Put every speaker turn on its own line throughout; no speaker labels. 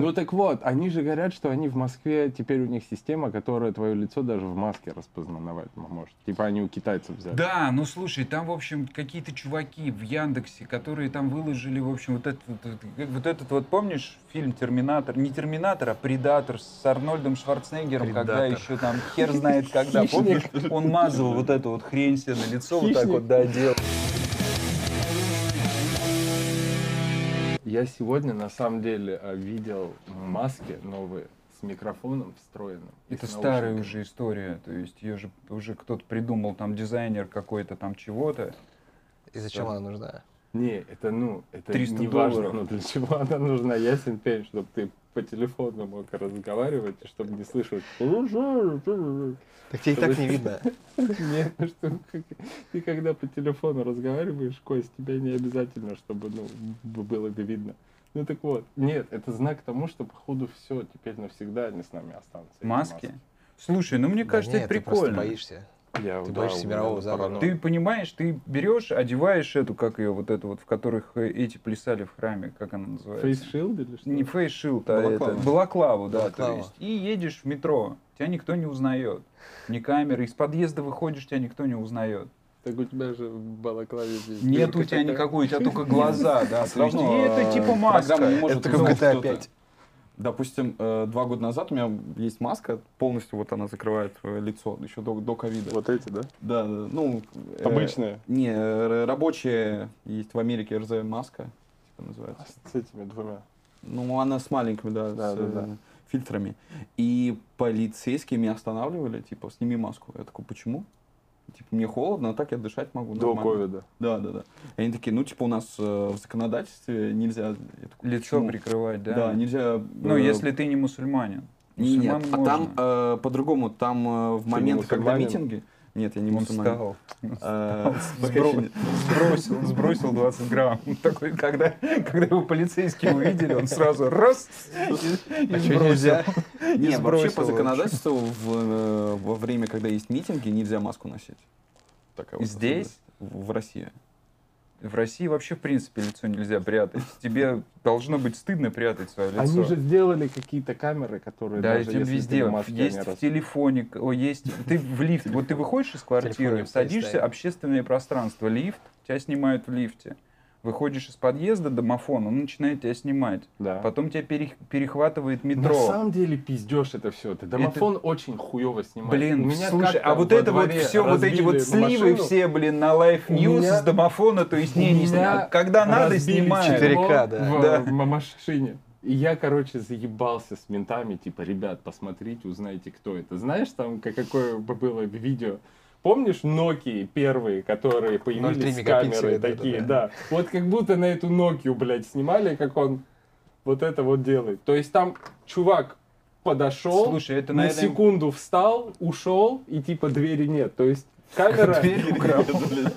Ну так вот, они же говорят, что они в Москве, теперь у них система, которая твое лицо даже в маске распознавать может. Типа они у китайцев взяли.
Да, ну слушай, там, в общем, какие-то чуваки в Яндексе, которые там выложили, в общем, вот этот вот, вот этот вот, помнишь, фильм Терминатор, не Терминатор, а Предатор с Арнольдом Шварценеггером, когда
Предатор.
еще там хер знает когда, помнишь, он мазал вот эту вот хрень себе на лицо, вот так
Хищник.
вот, да, делал.
Я сегодня на самом деле э, видел маски новые с микрофоном встроенным. и
Это
с
старая
наушниками.
уже история, то есть ее же уже кто-то придумал, там дизайнер какой-то там чего-то.
И зачем
Да.
она нужна?
Не, это ну, это
300
не важно,
долларов.
но для чего она нужна, ясен пень, чтобы ты по телефону мог разговаривать, и чтобы не слышать.
Так тебе и так не видно.
Нет, ну что, как- ты когда по телефону разговариваешь, Кость, тебя не обязательно, чтобы ну, б- было бы видно. Ну так вот, нет, это знак тому, что походу все, теперь навсегда они с нами останутся. эти
Маски? Слушай, ну мне
Да
кажется,
нет,
это
ты просто
прикольно.
боишься.
Я,
Ты боишься
у меня
мирового
вот
заговора.
паранойя.
Ты понимаешь, ты берешь, одеваешь эту, как ее вот эту вот, в которых э, эти плясали в храме, как она называется?
фейсшилд или что?
Не фейшилд, а
Балаклава.
это, балаклаву, да,
Балаклава.
то есть. И едешь в метро, тебя никто не узнает. Ни камеры, из подъезда выходишь, тебя никто не узнает.
Так у тебя же в балаклаве здесь
Нет
дырка
у тебя
такая.
никакой, у тебя только глаза, да. то есть, И
равно,
это
э,
типа
программа не
маска.
может
Это как в
узнать,
GTA
кто ты.
5.
Допустим, э, два года назад у меня есть маска, полностью вот она закрывает э, лицо, еще до, до ковида.
Вот эти, да?
Да, да, ну... э,
Обычные.
Не, э, рабочая есть в Америке РЗ-маска, типа называется.
С этими двумя.
Ну, она с маленькими, да,
Да,
с,
да,
э,
да.
фильтрами. И полицейские меня останавливали, типа, сними маску. Я такой, почему? Типа, мне холодно, а так я дышать могу.
Ну,
До
нормально».
ковида.
Да, да, да. И они такие, ну, типа, у нас э, в законодательстве нельзя... Я такой,
Лицо
«Почему?»
прикрывать,
Да,
да.
нельзя...
Ну,
э,
если ты не мусульманин.
Не, нет,
Мусульман
а там
можно.
э, по-другому, там э, в
не
момент, когда
мусульманин?
митинги... Нет, я не
Он
мусульманин.
встал.
Э,
Сбро-
сбро-
Сбросил, сбросил 20 грамм. Такой, когда, когда его полицейские увидели, он сразу раз и, и
А чё,
сбросил.
нельзя?
И
Не, вообще
сбросил,
по
в общем.
законодательству в, э, во время, когда есть митинги, нельзя маску носить. Такая вот
Здесь?
особенность. В в России.
В России вообще, в принципе, лицо нельзя прятать. Тебе должно быть стыдно прятать свое лицо.
Они же сделали какие-то камеры, которые
да,
даже
этим
если ты
везде.
в маске,
есть
они
в
рас-
телефоне, к- о, есть. Ты в лифт. Вот ты выходишь из квартиры,
Телефоне
садишься,
постоянно.
общественное пространство, лифт, тебя снимают в лифте. Выходишь из подъезда, домофон, он начинает тебя снимать.
Да.
Потом тебя пере- перехватывает метро.
На самом деле пиздешь это все. Ты домофон очень хуево снимает. У
Блин,
меня
слушай,
как-то
а вот
во
это вот
дворе
все, вот эти вот
разбили
сливы
машину.
все, блин, на Life
У
News
меня-
с домофона, то есть
у
не, не
меня
снимают. Когда надо,
разбили
снимают.
4К,
стекло
да.
В
Да.
в машине. И я, короче, заебался с ментами, типа, ребят, посмотрите, узнайте, кто это. Знаешь, там ка- какое бы было видео? Помнишь Nokia первые, которые появились с камерой
мегапикселя, да,
такие,
да,
да. Вот как будто на эту Nokia, блядь, снимали, как он вот это вот делает. То есть там чувак подошел,
Слушай, это,
на
наверное,
секунду встал, ушел, и типа двери нет. То есть камера...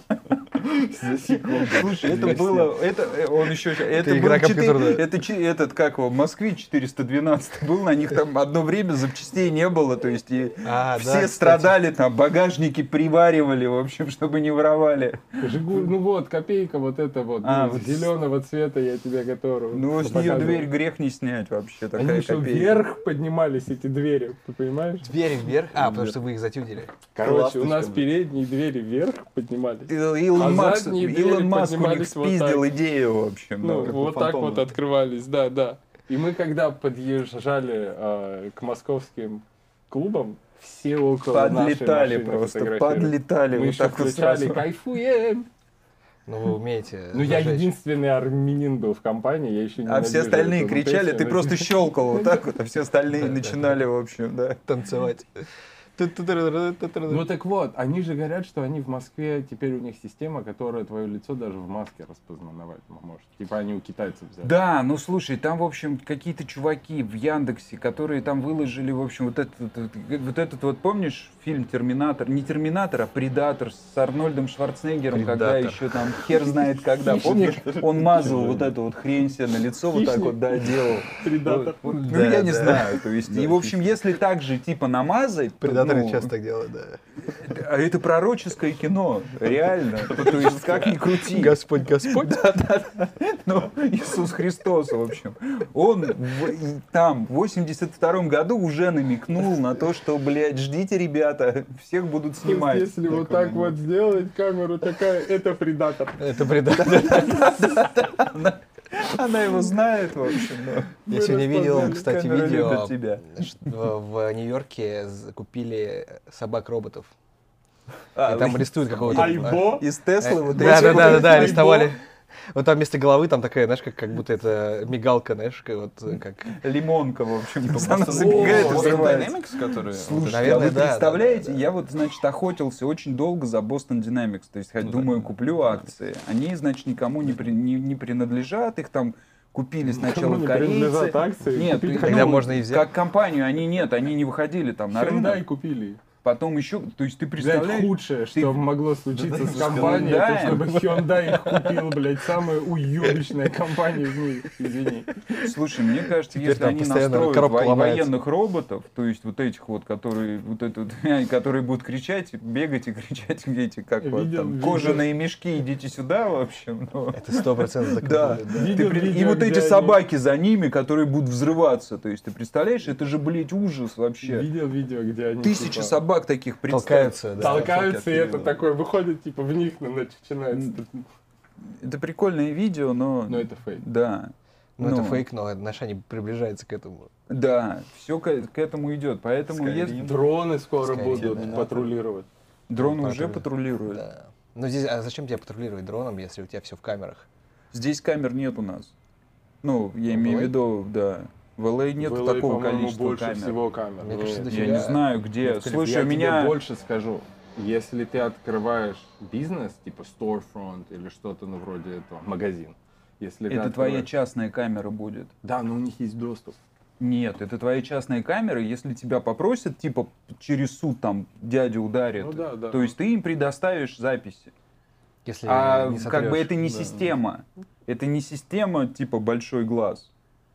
Слушай, это было, это э, он еще, это
игра
был четыре-
компьютерная.
это чи- этот как его, Москвич 412 был, на них там одно время запчастей не было, то есть и
А, да,
все
кстати.
страдали там, багажники приваривали, в общем, чтобы не воровали.
Жигу- ну вот, копейка вот это вот,
А, вот
зеленого цвета я тебе готовлю.
Ну, с нее
Показываю.
дверь грех не снять вообще,
Они
такая
еще
копейка.
вверх поднимались, эти двери, ты понимаешь?
Двери вверх. А, потому что вы их затюдили.
Короче, у
Ласточка,
нас
блин.
передние двери вверх поднимались.
Ил- Илон,
А
Макс,
задние двери
Илон Маск у них
поднимались вот
спиздил
так.
идею, в общем.
Ну,
да.
вот так
фантомы.
вот открывались, да, да. И мы когда подъезжали э, к московским клубам, все около нашей
Подлетали
машины
просто,
фотографировались.
подлетали
Мы
вот
еще
так вот
включали,
сразу.
кайфуем.
Ну, вы умеете.
Ну, я
зажечь.
единственный армянин был в компании, я еще не
А все
ненавижу
остальные
эту
кричали,
песню,
ты
но-
просто щелкал вот так вот, а все остальные начинали, в общем, да.
танцевать.
Ну
Ну,
так вот, они же говорят, что они в Москве, теперь у них система, которая твое лицо даже в маске распознавать может. Типа они у китайцев взяли.
Да, ну слушай, там, в общем, какие-то чуваки в Яндексе, которые там выложили, в общем, вот этот вот, э, вот этот вот, помнишь, фильм Терминатор, не Терминатор, а Предатор с Арнольдом Шварценеггером, когда
Предатор.
еще там хер знает когда, помнишь, он мазал вот эту вот хрень себе на лицо, вот так
Хищник.
вот, да, делал.
Предатор.
Вот, ну,
Да,
я не
да.
знаю, то есть,
Да,
и, в общем, если так же, типа, намазать, то,
Предаторы
ну,
часто так делают, да.
А это пророческое кино, реально. То есть как ни крути.
Господь, Господь.
Ну, Иисус Христос, в общем. Он в- там, в 82 году уже намекнул на то, что, блядь, ждите, ребята, всех будут
То есть,
снимать.
Если вот
Такое,
так
ну,
вот сделать, камеру такая, это предатор.
Это предатель.
Она его знает, в общем. да.
Я сегодня видел,
распознали,
кстати,
камера
видео,
любит тебя.
что в Нью-Йорке з- купили собак-роботов.
А,
И там арестуют какого-то...
Айбо.
Из Теслы вот
да,
эти
да,
вот
да, да, да,
айбо.
арестовали. Вот там вместо головы там такая, знаешь, как, как будто это мигалка, знаешь, как вот э, как...
Лимонка, в общем.
Типа
Она
Просто
забегает и
Boston
взрывается.
Dynamics, которые...
Слушайте,
Наверное,
а вы
да, да,
представляете,
да, да.
я вот, значит, охотился очень долго за Boston Dynamics, то есть, хоть
Ну да.
думаю, куплю акции. Они, значит, никому не, при- не, не принадлежат, их там купили сначала
не
корейцы.
принадлежат акции.
Нет,
Купить
и-
Тогда
ну,
можно и взять.
Как компанию они нет, они не выходили там на
Хендай
рынок.
купили.
Потом еще, то есть ты
Блядь,
представляешь,
худшее,
ты-
что могло случиться с
Да,
компанией, это
Hyundai.
чтобы Hyundai их купил, блядь, самая уебищная компания из них, извини.
слушай, мне кажется,
Теперь
если
там
они
постоянно
настроят
коробка
во-
ломается.
военных роботов, то есть вот этих вот, которые вот это, вот, которые будут кричать, бегать и кричать, эти как вот
Видел,
там
видел.
кожаные мешки, идите сюда, в общем. ну.
Это сто процентов так и
Да.
будет,
Ты
Видел
при- И
видео,
вот
где
эти
они-
собаки за ними, которые будут взрываться. То есть, ты представляешь, это же, блядь, ужас вообще.
Видел видео, где они
Тысяча
типа,
собак таких представь.
Толкаются, да.
толкаются, и это
Да.
такое выходит, типа, в них ну, начинается.
Это прикольное видео, но...
Но это фейк.
Да.
Ну, это
Ну.
фейк, но наш они приближаются к этому.
Да, все к, к этому идет. Поэтому если...
Дроны скоро
Скорее,
будут
да.
патрулировать.
дроны уже
Патруль.
патрулируют.
Да. Ну здесь, а зачем тебя патрулировать дроном, если у тебя все в камерах?
Здесь камер нет у нас. Ну, я
В
имею в
LA?
виду, да. В LA нет
А? В LA,
такого
по-моему,
количества
больше
камер.
всего камер.
Мне кажется,
Ну,
до
Я
Дофига.
не знаю, где.
Блин,
Слушай,
я
у
тебе
меня...
больше скажу. Если ты открываешь бизнес, типа storefront или что-то ну, вроде этого, магазин. Если ты
Это твоя
открываешь-
частная камера будет.
Да, но у них есть доступ.
Нет, это твои частные камеры. Если тебя попросят, типа через суд там дядя ударит,
Ну да, да.
то есть ты им предоставишь записи.
Если
А
не
как бы
сотрёшь?
это не
Да.
система. Это не система типа большой глаз,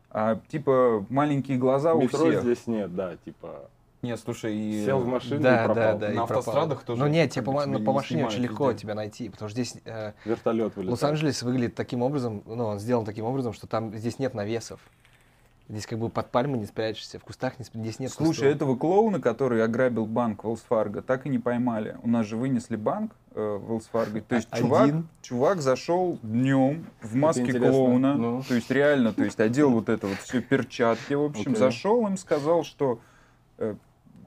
а типа маленькие глаза у
Метро
всех.
здесь нет, да, типа.
Нет, слушай, и...
Сел в машину и
да, да,
пропал.
да, и
На
пропал.
автострадах тоже
Ну нет,
как
тебе
бы
по,
тебя
ну,
не
по машине очень
снимают
легко
людей.
тебя найти, потому что здесь э,
Вертолет вылетел.
Лос-Анджелес выглядит таким образом, ну, он сделан таким образом, что там здесь нет навесов. Здесь как бы под пальмы не спрячешься, в кустах не спрячешься, здесь нет ну
Слушай,
кустов.
этого клоуна, который ограбил банк Wells Fargo, так и не поймали. У нас же вынесли банк э, Wells Fargo. То есть
А-
чувак,
один?
чувак зашел днем в маске
интересно.
клоуна.
Ну.
То есть реально, то есть одел вот это вот все перчатки, в общем,
Окей.
зашел им, сказал, что
Это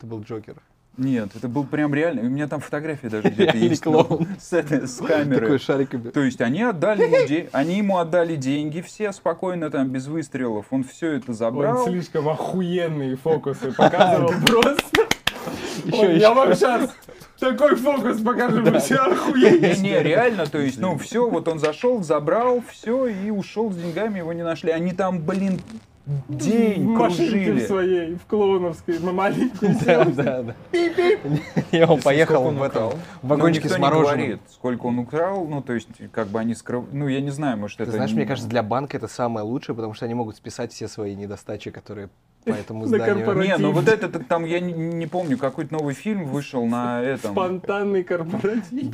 был Джокер.
нет, это был прям реально. У меня там фотографии даже где-то
Реальный
есть.
клоун.
ну, С, этой- с
Такой
камеры.
шариками.
То есть они отдали ему де- они ему отдали деньги, все спокойно там без выстрелов. Он все это
Он
забрал.
слишком охуенные фокусы показывал просто.
Ещё,
Ой, Я
ещё.
вам сейчас такой фокус покажу, вы все охуеете.
Не-не, реально, то есть, ну, все, вот он зашел, забрал, все, и ушел с деньгами, его не нашли. Они там, блин, день
в машинке в
кружили.
своей, в клоуновской, на маленькой
Да,
сел.
да, да. Не, он поехал
сколько он
в этом
украл?
в
Ну,
вагончике
никто
с
не
мороженым.
говорит, сколько он украл, ну, то есть, как бы они скрывают, ну, я не знаю, может,
Ты
это...
знаешь,
не-
мне кажется, для банка это самое лучшее, потому что они могут списать все свои недостачи, которые по этому
На
зданию.
корпоратив.
Не, ну вот это так там, я не, не помню, какой-то новый фильм вышел на этом...
Спонтанный корпоратив.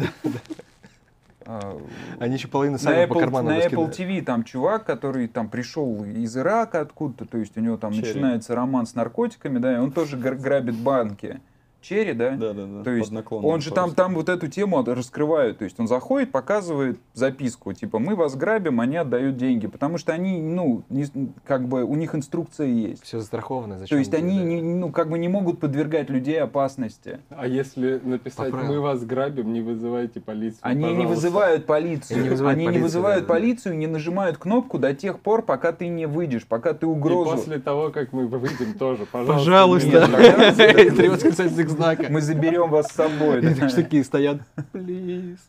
а,
Они еще половину
на
сами по
Apple,
карману
на Apple
раскидают.
TV там чувак, который там пришел из Ирака откуда-то, то есть у него там
Черри.
начинается роман с наркотиками, да, и он тоже гра- грабит банки. Черри, да?
Да-да-да.
То есть
Э, под наклоном
Он же там,
просто.
там вот эту тему от- раскрывают. То есть он заходит, показывает записку, типа, мы вас грабим, они отдают деньги. Потому что они, ну, не- как бы у них инструкция есть.
Все застраховано, зачем?
То есть
тебе,
они,
да?
не- ну, как бы не могут подвергать людей опасности.
А если написать
Поправил.
«Мы вас грабим, не вызывайте полицию»,
Они не
Ну, пожалуйста».
вызывают полицию.
Они не вызывают
они не
полицию,
вызывают
да, да, да.
полицию, не нажимают кнопку до тех пор, пока ты не выйдешь, пока ты
И
угрозу.
после того, как мы выйдем тоже, пожалуйста.
Пожалуйста.
Нет, пожалуйста.
Три восклицательных знака.
Мы заберем вас с собой.
И
да.
так такие стоят, плиз.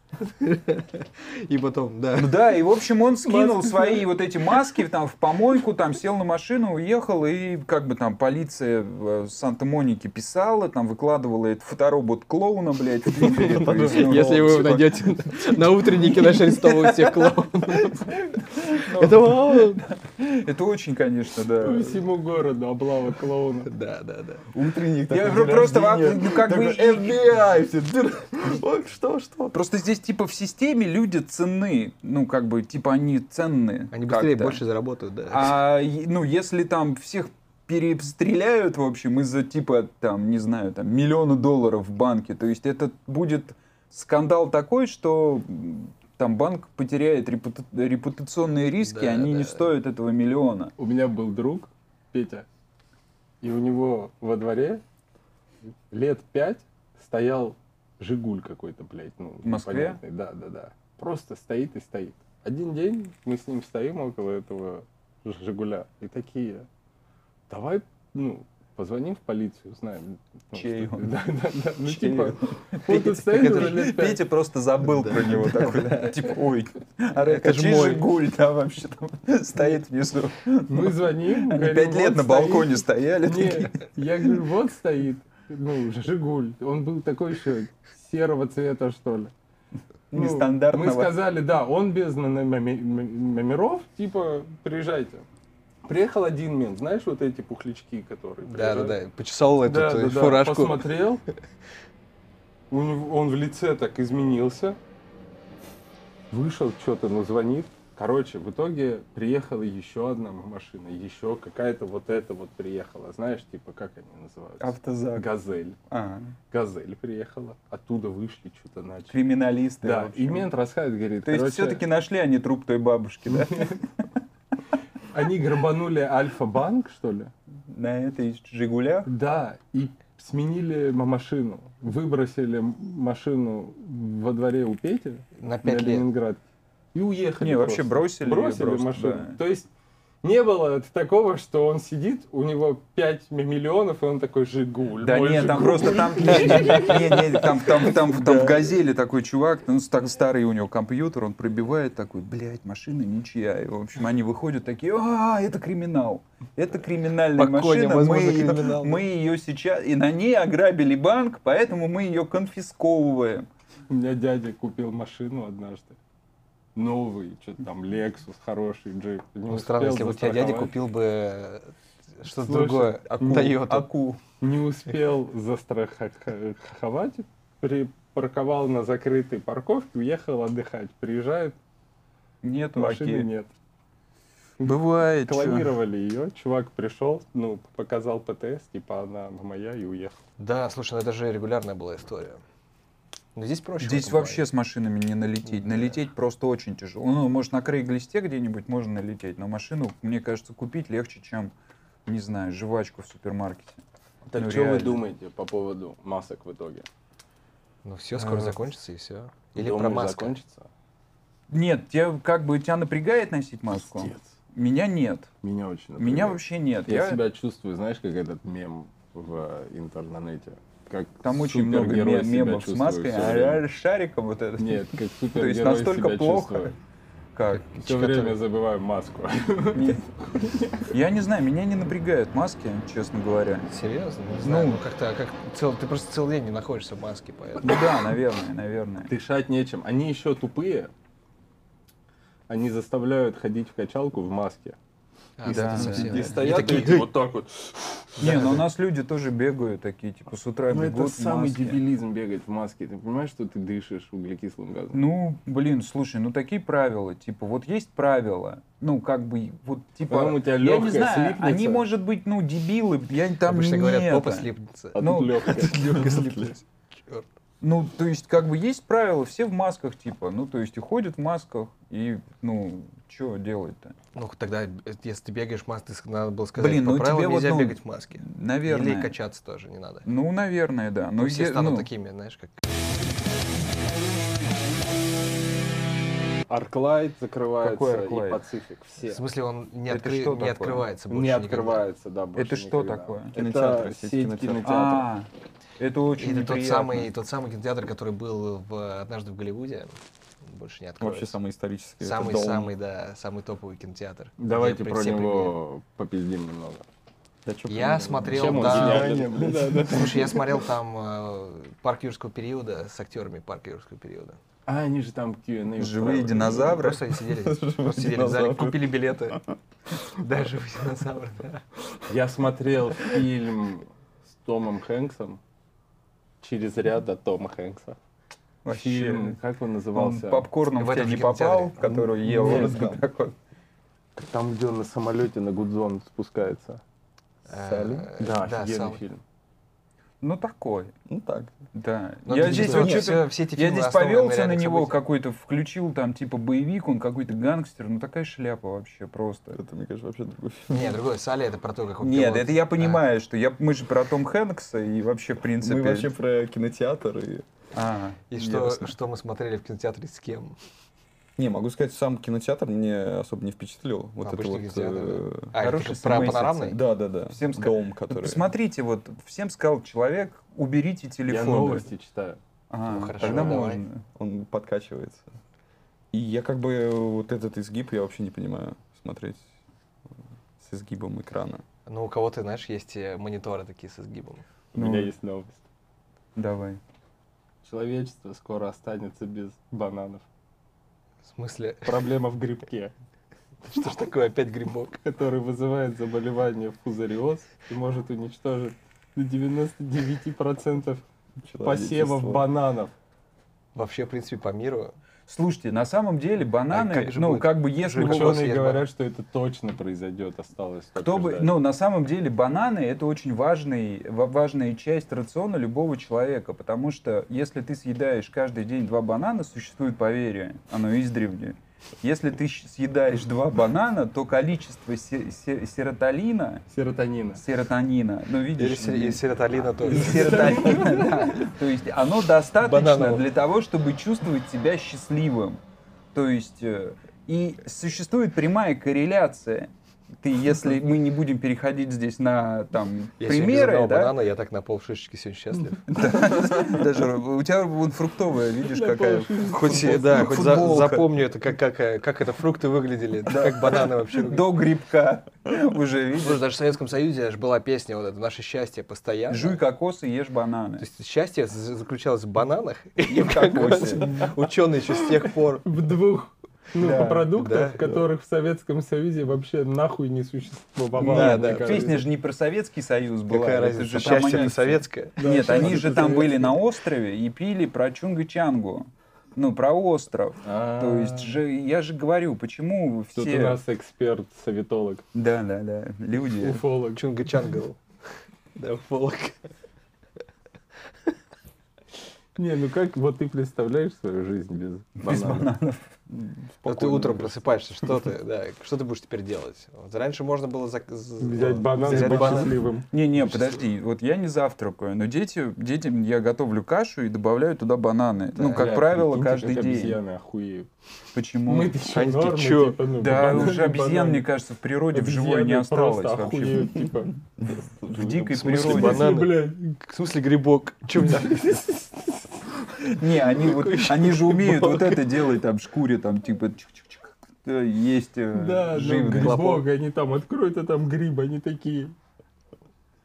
И потом, да.
Ну Да, и в общем он скинул свои вот эти маски там в помойку, там сел на машину, уехал, и как бы там полиция э, Санта-Моники писала, там выкладывала этот фоторобот клоуна, блядь, в Твиттере. то есть, ну,
Если вы его
типа,
найдете на утреннике, наши арестовывают всех клоунов.
смешно.
Это вау!
Это очень, конечно, да.
По всему городу облава клоуна.
Да, да, да.
Утренник
Я
такой,
говорю,
день
просто вам,
рождения.
ну, как бы-
Такой, FBI, все, дыр. Ой, что, что?
Просто здесь типа в системе люди ценны, ну как бы типа они ценные.
Они быстрее
как-то.
больше заработают, да.
А е- ну если там всех перестреляют, в общем, из-за типа там не знаю там миллиона долларов в банке, то есть это будет скандал такой, что м, там банк потеряет репута- репутационные риски,
Да,
они
да.
не стоят этого миллиона.
У меня был друг, Петя, и у него во дворе лет пять стоял Жигуль какой-то, блядь. Ну,
В Москве?
непонятный. Да, да, да. Просто стоит и стоит. Один день мы с ним стоим около этого Ж- Жигуля и такие, давай, ну, позвоним в полицию, узнаем. ну,
Чей
что-
он?
Да, да, да. Ну,
Чей
типа,
он?
он тут стоит уже лет пять.
Петя просто забыл про него такой. Типа, ой,
Это
а
ж
чей
мой».
Жигуль, да, вообще там стоит внизу.
Мы звоним.
Они
говорим,
пять лет
«Вот
на
стоит».
балконе стояли. такие.
Нет, я говорю, вот стоит, ну, Жигуль. Он был такой еще серого цвета, что ли. Ну, Мы
Нестандартного.
сказали, да, он без н- н- номе- м- номеров, типа, приезжайте. Приехал один мент, знаешь, вот эти пухлячки, которые
Да, да,
приезжают?
да. Почесал эту
Да,
э,
да, да,
фуражку.
Посмотрел. У него- Он в лице так изменился. Вышел что-то, но звонит. Короче, в итоге приехала еще одна машина, еще какая-то вот эта вот приехала. Знаешь, типа, как они называются?
Автозак.
Газель.
А,
Газель приехала. Оттуда вышли, что-то начали.
Криминалисты. в
Да,
общем.
и мент рассказывает, говорит,
То есть
короче,
все-таки нашли они труп той бабушки, да?
они грабанули Альфа-банк, что ли?
На этой Жигуля.
Да, и сменили м- машину. Выбросили м- машину во дворе у Пети
На
на
пять лет.
Ленинград. И уехали.
Не, вообще
просто.
бросили.
Бросили
просто,
машину.
да.
То есть не было такого, что он сидит, у него 5 м- миллионов, и он такой «Жигуль».
Да
мой
нет, там
«Жигуль».
просто там, не, не, не, там, там, там, там в газели такой чувак, ну так старый у него компьютер, он пробивает такой, блядь, машина ничья. И, в общем, они выходят такие, а, это криминал, это криминальная
По
машина,
коням,
мы,
возможно,
её-
криминал, да».
мы ее сейчас и на ней ограбили банк, поэтому мы ее конфисковываем.
У меня дядя купил машину однажды. Новый, что-то там, Lexus, хороший джип. Не
Ну, странно,
успел
если бы у тебя дядя
застраховать.
купил бы э, что-то
Слушай,
другое.
ну,
аку-
Тойоту.
Аку.
не успел застраховать, припарковал на закрытой парковке, уехал отдыхать. Приезжает,
Нету
машины
аки.
нет.
Бывает. чё.
Клонировали ее, чувак пришел, ну, показал ПТС, типа она моя и уехал.
Да, слушай, ну это же регулярная была история. Но здесь проще. в
Здесь
этом
вообще с машинами не налететь.
Да.
Налететь просто очень тяжело. Ну, может, на крейглисте где-нибудь можно налететь, но машину, мне кажется, купить легче, чем, не знаю, жвачку в супермаркете.
Так
Ну,
что вы
реально.
думаете по поводу масок в итоге?
плане. Ну все, скоро
А.
закончится и все. Или
Думаешь,
про маску.
закончится?
Нет, тебя, как бы тебя напрягает носить маску?
Пиздец.
Меня нет.
Меня очень
Меня
напрягает.
вообще нет.
Я
Я,
себя чувствую, знаешь, как этот мем в интернете. Как
там очень много
супергерой
ме-
себя
мемов с
чувствую
маской,
всё время.
а я шариком вот этот.
Нет, как
То
супергерой
есть настолько
себя
плохо.
чувствую.
Как?
Все время забываю маску.
Нет. Я не знаю, меня не напрягают маски, честно говоря.
Серьезно? Не знаю,
Ну.
ну как-то, как цел, ты просто целый день не находишься в маске, поэтому.
Ну да, наверное, наверное.
Дышать нечем. Они еще тупые. Они заставляют ходить в качалку в маске.
А,
Да,
это
да.
совсем,
И
да.
стоят
такие,
эти вот так вот.
Не, но у нас люди тоже бегают такие, типа с утра
Ну, это
бегут в
самый
маске.
дебилизм бегать в маске. Ты понимаешь, что ты дышишь углекислым газом?
Ну, блин, слушай, ну такие правила, типа, вот есть правила, ну как бы, вот типа,
Потом у тебя
я не
лёгкое
знаю,
слипнется.
они может быть, ну дебилы, я там
Обычно
не
говорят, попа
это.
слипнется.
А
ну,
тут легкое.
Лёгкая слиплась. Чёрт.
Ну, то есть, как бы есть правила, все в масках, типа, ну, то есть, и ходят в масках, и, ну, что делать-то?
Ну, тогда, э, если ты бегаешь в маске, ты с- надо было сказать,
Блин,
по
ну,
правилам
тебе вот,
нельзя
ну,
бегать в маске.
Наверное.
Или качаться тоже не надо.
Ну, наверное, да. Но
Все
е-
станут
ну,
такими, знаешь, как...
Арклайт закрывается
Какой
и
Arclight?
пацифик. Все.
В смысле, он не,
Это
откры-
что
не
такое?
открывается больше
Не
никогда.
открывается, да, больше
Это что
никогда.
такое?
Это
Кинотеатры,
сеть
сеть
кинотеатров.
кинотеатров.
А, это
И
очень
Это тот
неприятно.
самый, тот самый кинотеатр, который был в, однажды в Голливуде, больше не
Вообще
откроется.
самый исторический. это
самый,
Дом.
самый, да, самый топовый кинотеатр.
Давайте
Где
про
все
него попиздим немного.
Да чё
Я
прям,
смотрел,
чем он
да.
гениален?
гениальный, блядь? Да, да.
Слушай, я смотрел там э, парк юрского периода с актерами парка юрского периода.
А, они же там Q&A.
Живые
устраивали.
динозавры.
Просто они сидели, просто сидели в зале,
динозавры.
купили билеты. Даже вы динозавры, да.
Я смотрел фильм с Томом Хэнксом через ряд до Тома Хэнкса. Фильм,
Вообще. ну,
как он
Он
назывался?
попкорном
В
в тебя
этом ну,
не
же кинотеатре.
попал, который ел.
Нет,
вот
там.
так вот.
Там, где он на самолете на Гудзон спускается.
Э,
Да,
да,
офигенный
Салли.
фильм.
Ну такой,
Ну так.
да.
Но
я
Ну, ты
здесь
действительно,
вот
все-
что-то-
все эти
я
фильмы
здесь
основаны на
повелся на
реальных
него
событиях.
какой-то, включил там типа боевик, он какой-то гангстер, ну такая шляпа вообще просто.
Это, мне кажется, вообще другой фильм.
Не, другой, Салли это про то, как он
Нет,
пилот.
это я
Да.
понимаю, что я, мы же про Том Хэнкса и вообще в принципе.
Мы вообще про кинотеатр и...
А,
И что,
ясно.
что мы смотрели в кинотеатре с кем?
Не, могу сказать, сам кинотеатр мне особо не впечатлил. Вот это
Обычный
вот...
кинотеатр,
э,
А, это
Хороший
как про
смысл,
панорамный?
Да, да, да.
Всем ска-
Дом,
Ну,
который...
Посмотрите, вот всем сказал человек, уберите телефон.
Я новости читаю.
А,
Ну, хорошо,
тогда
давай.
можно.
Он подкачивается. И я как бы э, вот этот изгиб, я вообще не понимаю смотреть э, с изгибом экрана.
Ну, у кого-то, знаешь, есть э, мониторы такие с изгибом.
У
Ну.
меня есть новость.
Давай.
Человечество скоро останется без бананов.
В смысле,
Проблема в грибке,
что ж такое опять грибок?
который вызывает заболевание фузариоз и может уничтожить до 99% посевов
Человечество.
бананов.
Вообще, в принципе, по миру.
Слушайте, на самом деле бананы,
А как же
ну
будет?
как бы если
Жигу-
бы
Жигу-
вот
Ученые
съест
говорят, что это точно произойдет, осталось. только
кто бы,
ждать.
ну на самом деле бананы это очень важный, ва- важная часть рациона любого человека, потому что если ты съедаешь каждый день два банана, существует поверье, оно издревле. Если ты щ- съедаешь два банана, то количество се- се- серотолина,
Серотонина.
серотонина, ну
Или
видишь,
се- или серотолина тоже.
И серотонина, да. То есть оно достаточно
Бананового.
для того, чтобы чувствовать себя счастливым. То есть э, и существует прямая корреляция. Ты, если мы не будем переходить здесь на там
Я сегодня без
примеры,
одного
да,
банана, я так на пол шишечки сегодня счастлив.
да, даже у тебя вон фруктовая, видишь, какая.
Хоть, э, да, хоть за-
Футболка.
запомню это, как, как, э, как это фрукты выглядели, как бананы вообще выглядели.
До грибка уже
Слушай,
видишь.
даже в Советском Союзе аж была песня вот это «Наше счастье постоянно».
Жуй кокосы, ешь
То
бананы.
есть счастье з- заключалось в бананах и в
кокосе.
кокосе. Ученые еще с тех пор.
В двух ну,
Да,
продуктах,
да.
которых в Советском Союзе вообще нахуй не существовало. мне
Да, да.
кажется.
Песня же не про Советский Союз была.
Какая
это
разница,
же там
счастье
они-
это советское.
Да,
Нет,
сейчас
они
это
же там
советский.
были на острове и пили про Чунга-Чангу. Ну, про остров.
А,
То есть же, я же говорю, почему
Тут у
все...
нас эксперт, советолог,
Да, да, да, люди.
уфолог.
Чунга Чангал. Да, фолк.
Не, ну как вот ты представляешь свою жизнь без
Без
банана?
бананов.
Ну, ты утром просыпаешься, что ты, да, что ты будешь теперь делать? Вот раньше можно было зак- з-
Взять банан и
взять
быть
банан.
счастливым.
Не-не, подожди, вот я не завтракаю, но дети, детям я готовлю кашу и добавляю туда бананы. ну, как
Бля,
правило,
прикиньте,
каждый
как
день. Ну,
Обезьяны охуеют.
Почему?
Мы еще
Они такие,
норма,
«Чё?»
типа, ну,
Да,
банан,
уже обезьян,
банан.
мне кажется, в природе в живой не
Обезьяны
осталось
просто
вообще.
охуеют, типа.
В дикой
В смысле,
природе.
банан? Бананы.
Бля,
В смысле грибок? Чё у меня?
Не, они вот, они же умеют вот это делать, там, в шкуре, там, типа, чик-чик-чик, э, есть э,
Да, ну,
живность.
грибок, они там, открой то там гриб, они такие.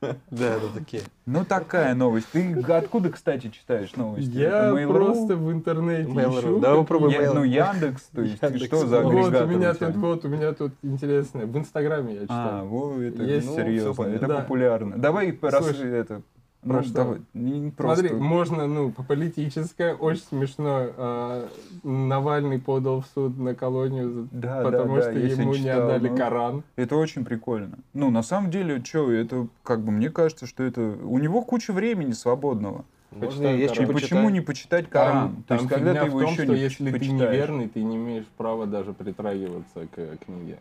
Да, да, такие.
Ну, такая новость. Ты откуда, кстати, читаешь новости?
Я
Это Mail.ru?
просто в интернете
Mail.ru.
ищу.
Да,
какие-
попробуй
Я- ну,
Mail.
Яндекс, то есть,
Яндекс.
что за
Вот,
агрегатор
у меня
у тебя?
тут, вот, у меня тут интересное. В Инстаграме я
А,
читаю.
вот это,
Есть,
ну,
всё
серьезно,
понятно.
это
Да.
популярно. Давай раз
Слушай,
это...
про
ну,
что?
давай, не, не просто.
Смотри, можно, ну, по политическое, очень смешно. а, Навальный подал в суд на колонию, за-
Да,
потому
да, да,
что
если
ему не
читал,
отдали
ну.
Коран.
Это очень прикольно. Ну, на самом деле, что, это, как бы, мне кажется, что это... У него куча времени свободного.
Можно
Почитаю,
есть
И
что
короче.
почему
почитать.
не почитать Коран?
Там,
то
там
есть, когда
фигня
ты
в
его
том,
еще
что
не
если ты
почитаешь.
неверный, ты не имеешь права даже притрагиваться к книге.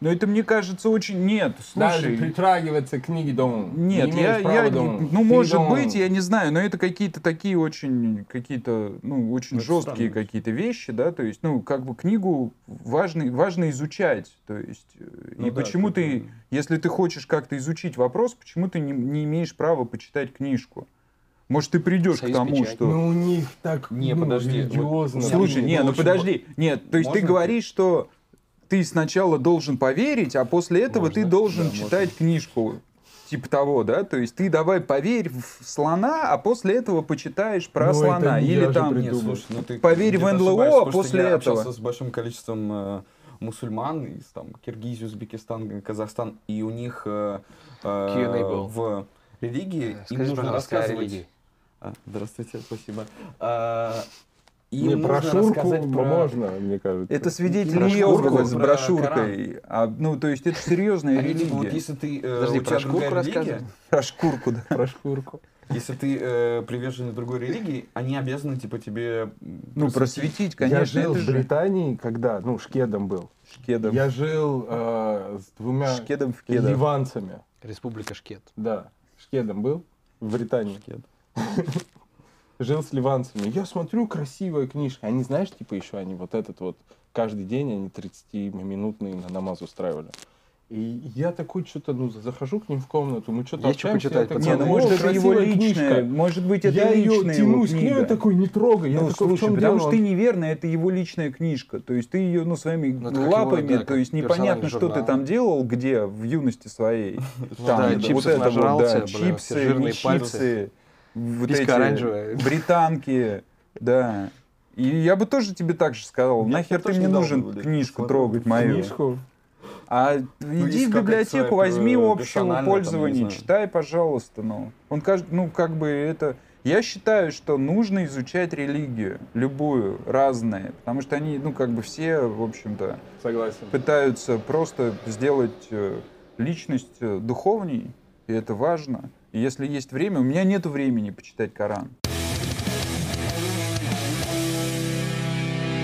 Но Ну, это, мне кажется, очень... Нет,
Даже
слушай...
притрагиваться к книге дома.
Нет, я, я, не- ну, может быть, я не знаю, но это какие-то такие очень, какие-то, ну, очень
Это
жесткие
странно.
какие-то вещи, да, то есть, ну, как бы книгу важно, важно изучать, то есть, э, и почему ты, если ты хочешь как-то изучить вопрос, почему ты не, не имеешь права почитать книжку? Может, ты придешь
Союз
к тому,
печати.
что...
Ну, у них так,
Не,
ну,
подожди, вот-
религиозно.
Слушай,
Ну,
не,
в
ну
общем,
подожди, нет, то есть ты
можно?
говоришь, что ты сначала должен поверить, а после этого ты
Можно,
должен
да,
читать книжку. типа того, да? То есть ты давай поверь в слона, а после этого почитаешь про
Ну, это
слона.
не я
Или
же
там...
придумал.
Нет, слушай, ну ты
Поверь
где-то
в НЛО,
ошибаешься, потому
после
что я
этого.
общался с большим количеством э, мусульман из там Киргизии, Узбекистан, Казахстан, и у них э, э,
Q&A был.
в религии им
Скажи,
нужно
пожалуйста, о
рассказывать.
религии.
А, здравствуйте, спасибо. А, им
Не, про
нужно
Шурку
рассказать про-
можно, мне кажется.
Это свидетель
Про
Иеговы
шкурку,
с
про
брошюркой. А, ну, то есть это серьезная
Они, типа, вот
религия.
если ты э,
Подожди,
у
про
тебя
шкурку
другая религия,
рассказывать?
Про шкурку, да.
Про шкурку.
если ты э, привержен другой религии, они обязаны типа тебе м,
Ну, просветить,
просветить.
конечно,
я жил
это
в
же
Британии, когда, ну, шкедом был.
шкедом.
Я жил э, с двумя
Шкедом в кедом.
ливанцами.
Республика Шкет.
Да, шкедом был в Британии. Жил с ливанцами. Я смотрю, красивая книжка. Они, знаешь, типа еще они вот этот вот, каждый день они 30-минутный на намаз устраивали. И я такой что-то, ну, захожу к ним в комнату, мы что-то
Есть чё
общаемся. я
почитать,
такой,
Не, ну
«О,
может это его
красивая
личное,
книжка».
может быть это
Я ее
личная его
тянусь к ней, я
книга.
такой, не трогай. Я
Ну,
такой, в
слушай,
чем
потому
дело?
что
Он
ты неверно, это его личная книжка. То есть ты ее, ну, своими
Ну, это как
лапами,
его, да,
то
как
есть непонятно,
персональный
что ты
журнал.
там делал, где, в юности своей.
Ну
Там,
да,
вот
чипсов
это вот,
нажрался,
да,
блин,
чипсы,
все жирные
не
пальцы.
чипсы, вот
Писька
эти
оранжевая.
британки, да. И я бы тоже тебе так же сказал,
Я
нахер ты
тоже
мне
недавно,
нужен
блин,
книжку
смотрел
трогать мою.
Книжку.
А
Ну, есть
иди в
какая-то своя,
библиотеку, возьми
э,
общего
персональная, там, не
пользования,
знаю.
читай, пожалуйста. Ну. Он кажд- ну, как бы это. Я считаю, что нужно изучать религию, любую, разные, потому что они, ну, как бы все, в общем-то,
Согласен.
пытаются просто сделать э, личность э, духовней, и это важно. И если есть время, у меня нет времени почитать Коран.